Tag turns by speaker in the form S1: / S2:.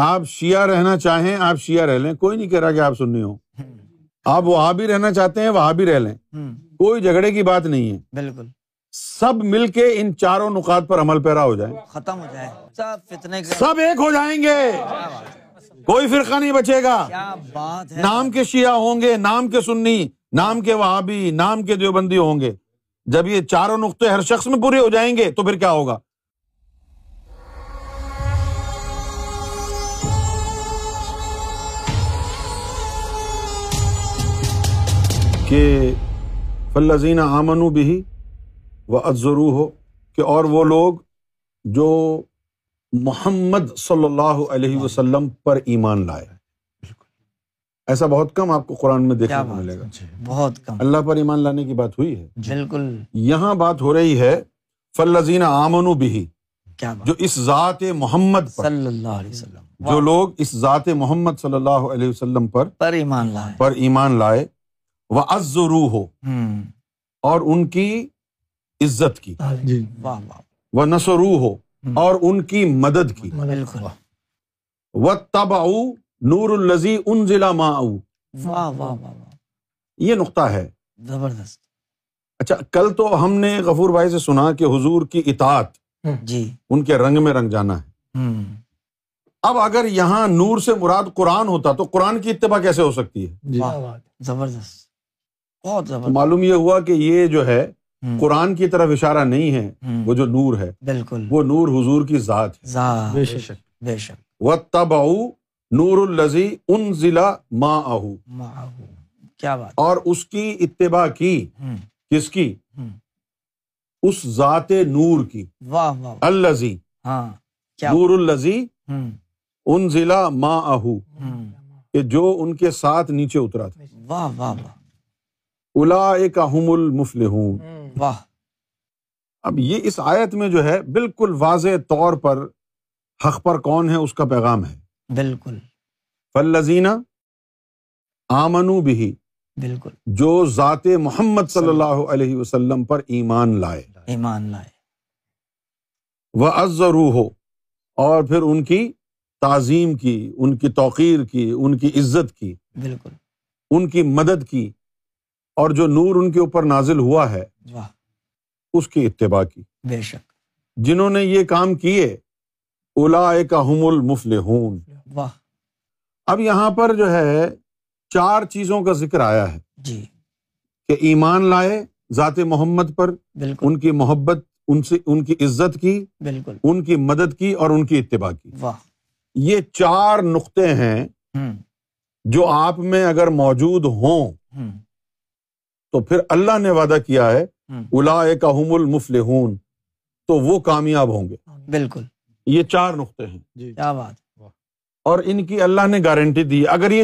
S1: آپ شیعہ رہنا چاہیں آپ شیعہ رہ لیں کوئی نہیں کہہ رہا کہ آپ سنی ہو آپ وہاں بھی رہنا چاہتے ہیں وہاں بھی رہ لیں
S2: ہوں
S1: کوئی جھگڑے کی بات نہیں ہے
S2: بالکل
S1: سب مل کے ان چاروں نقاط پر عمل پیرا ہو جائیں
S2: ختم ہو جائے سب فتنے کا
S1: سب ایک ہو جائیں گے
S2: کیا بات ہے
S1: کوئی فرقہ نہیں بچے گا
S2: کیا بات ہے
S1: نام کے شیعہ ہوں گے نام کے سنی نام کے وہابی نام کے دیوبندی ہوں گے جب یہ چاروں نقطے ہر شخص میں پورے ہو جائیں گے تو پھر کیا ہوگا کہ فلزین آمنو بھی و ازرو ہو کہ اور وہ لوگ جو محمد صلی اللہ علیہ وسلم پر ایمان لائے ایسا بہت کم آپ کو قرآن میں دیکھنے
S2: کیا
S1: کو
S2: بات
S1: ملے گا
S2: ہے جی، بہت کم
S1: اللہ پر ایمان لانے کی بات ہوئی ہے
S2: بالکل
S1: یہاں بات ہو رہی ہے فلزین آمن بھی
S2: کیا بات
S1: جو اس ذات محمد پر
S2: صلی اللہ علیہ وسلم
S1: جو لوگ اس ذات محمد صلی اللہ علیہ وسلم پر
S2: پر ایمان لائے
S1: پر ایمان لائے وہ از روح ہو
S2: ہوں
S1: اور ان کی عزت کی
S3: جی
S2: واہ واہ
S1: وہ نسرو ہو اور ان کی مدد کی
S2: بالکل
S1: وہ تباؤ نور الزی ان ضلع ماؤ
S2: واہ واہ واہ واہ
S1: یہ نقطہ ہے
S2: زبردست
S1: اچھا کل تو ہم نے غفور بھائی سے سنا کہ حضور کی اطاعت
S2: جی
S1: ان کے رنگ میں رنگ جانا ہے
S2: ہوں
S1: اب اگر یہاں نور سے مراد قرآن ہوتا تو قرآن کی اتباع کیسے ہو سکتی ہے
S3: جی
S2: واہ زبردست بہت
S1: تو
S2: زبردست
S1: معلوم یہ ہوا کہ یہ جو ہے
S2: ہوں،
S1: قرآن کی طرف اشارہ نہیں ہے
S2: ہوں،
S1: وہ جو نور ہے
S2: بالکل
S1: وہ نور حضور کی ذات ہے
S2: زا
S3: بے شک
S2: بے شک
S1: وہ تباؤ نور الزی ان ضلع ماں
S2: معاہو۔ کیا بات
S1: اور اس کی اتباع کی
S2: ہوں،
S1: کس کی
S2: ہوں۔
S1: اس ذات نور کی
S2: واہ واہ واہ۔
S1: الزی
S2: ہاں کیا
S1: نور الزی
S2: ہوں،
S1: ان ضلع ماں آہو
S2: ہوں۔
S1: کہ جو ان کے ساتھ نیچے اترا تھا
S2: واہ واہ واہ
S1: الا هم المفلحون
S2: واہ
S1: اب یہ اس آیت میں جو ہے بالکل واضح طور پر حق پر کون ہے اس کا پیغام ہے
S2: بالکل
S1: فلزینہ آمنو بھی
S2: بالکل
S1: جو ذات محمد صلی اللہ علیہ وسلم پر ایمان لائے
S2: ایمان لائے
S1: وہ ازرو ہو اور پھر ان کی تعظیم کی ان کی توقیر کی ان کی عزت کی
S2: بالکل
S1: ان کی مدد کی اور جو نور ان کے اوپر نازل ہوا ہے
S2: واہ
S1: اس کی اتباع کی
S2: بے شک
S1: جنہوں نے یہ کام کیے الا هم المفلحون
S2: واہ
S1: اب یہاں پر جو ہے چار چیزوں کا ذکر آیا ہے
S2: جی
S1: کہ ایمان لائے ذات محمد پر
S2: بالکل
S1: ان کی محبت ان سے ان کی عزت کی
S2: بالکل
S1: ان کی مدد کی اور ان کی اتباع کی
S2: واہ
S1: یہ چار نقطے ہیں
S2: ہوں،
S1: جو آپ میں اگر موجود ہوں
S2: ہوں،
S1: تو پھر اللہ نے وعدہ کیا ہے
S2: ہوں۔
S1: الا هم المفلحون تو وہ کامیاب ہوں گے
S2: بالکل
S1: یہ چار نقطے ہیں
S3: جی
S2: کیا بات
S1: اور ان کی اللہ نے گارنٹی دی اگر یہ